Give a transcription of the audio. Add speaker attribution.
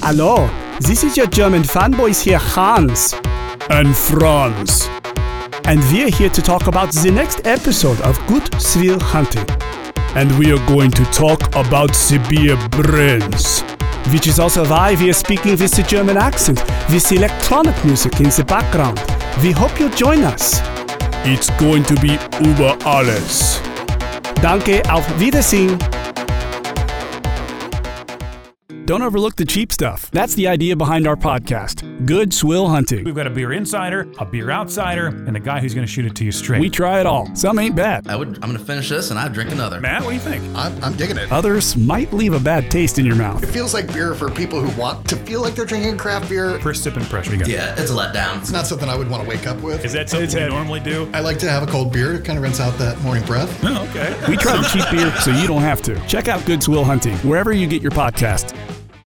Speaker 1: Hallo, this is your German fanboys here, Hans.
Speaker 2: and Franz.
Speaker 1: And we're here to talk about the next episode of Good Thrill Hunting,
Speaker 2: And we are going to talk about Sibir Brands.
Speaker 1: which is also why we are speaking with the German accent, with electronic music in the background. We hope you'll join us.
Speaker 2: It's going to be über alles.
Speaker 1: Danke, auf Wiedersehen. Don't overlook the cheap stuff. That's the idea behind our podcast, Good Swill Hunting.
Speaker 3: We've got a beer insider, a beer outsider, and the guy who's going to shoot it to you straight.
Speaker 1: We try it all. Some ain't bad.
Speaker 4: I would. I'm gonna finish this and I drink another.
Speaker 3: Matt, what do you think?
Speaker 5: I'm, I'm digging it.
Speaker 1: Others might leave a bad taste in your mouth.
Speaker 5: It feels like beer for people who want to feel like they're drinking craft beer.
Speaker 3: First sip and pressure. You got.
Speaker 4: Yeah, it's a letdown.
Speaker 5: It's not something I would want to wake up
Speaker 3: Is
Speaker 5: with.
Speaker 3: that something you normally do?
Speaker 5: I like to have a cold beer to kind of rinse out that morning breath.
Speaker 3: Oh, okay.
Speaker 1: We try the cheap beer so you don't have to. Check out Good Swill Hunting wherever you get your podcast.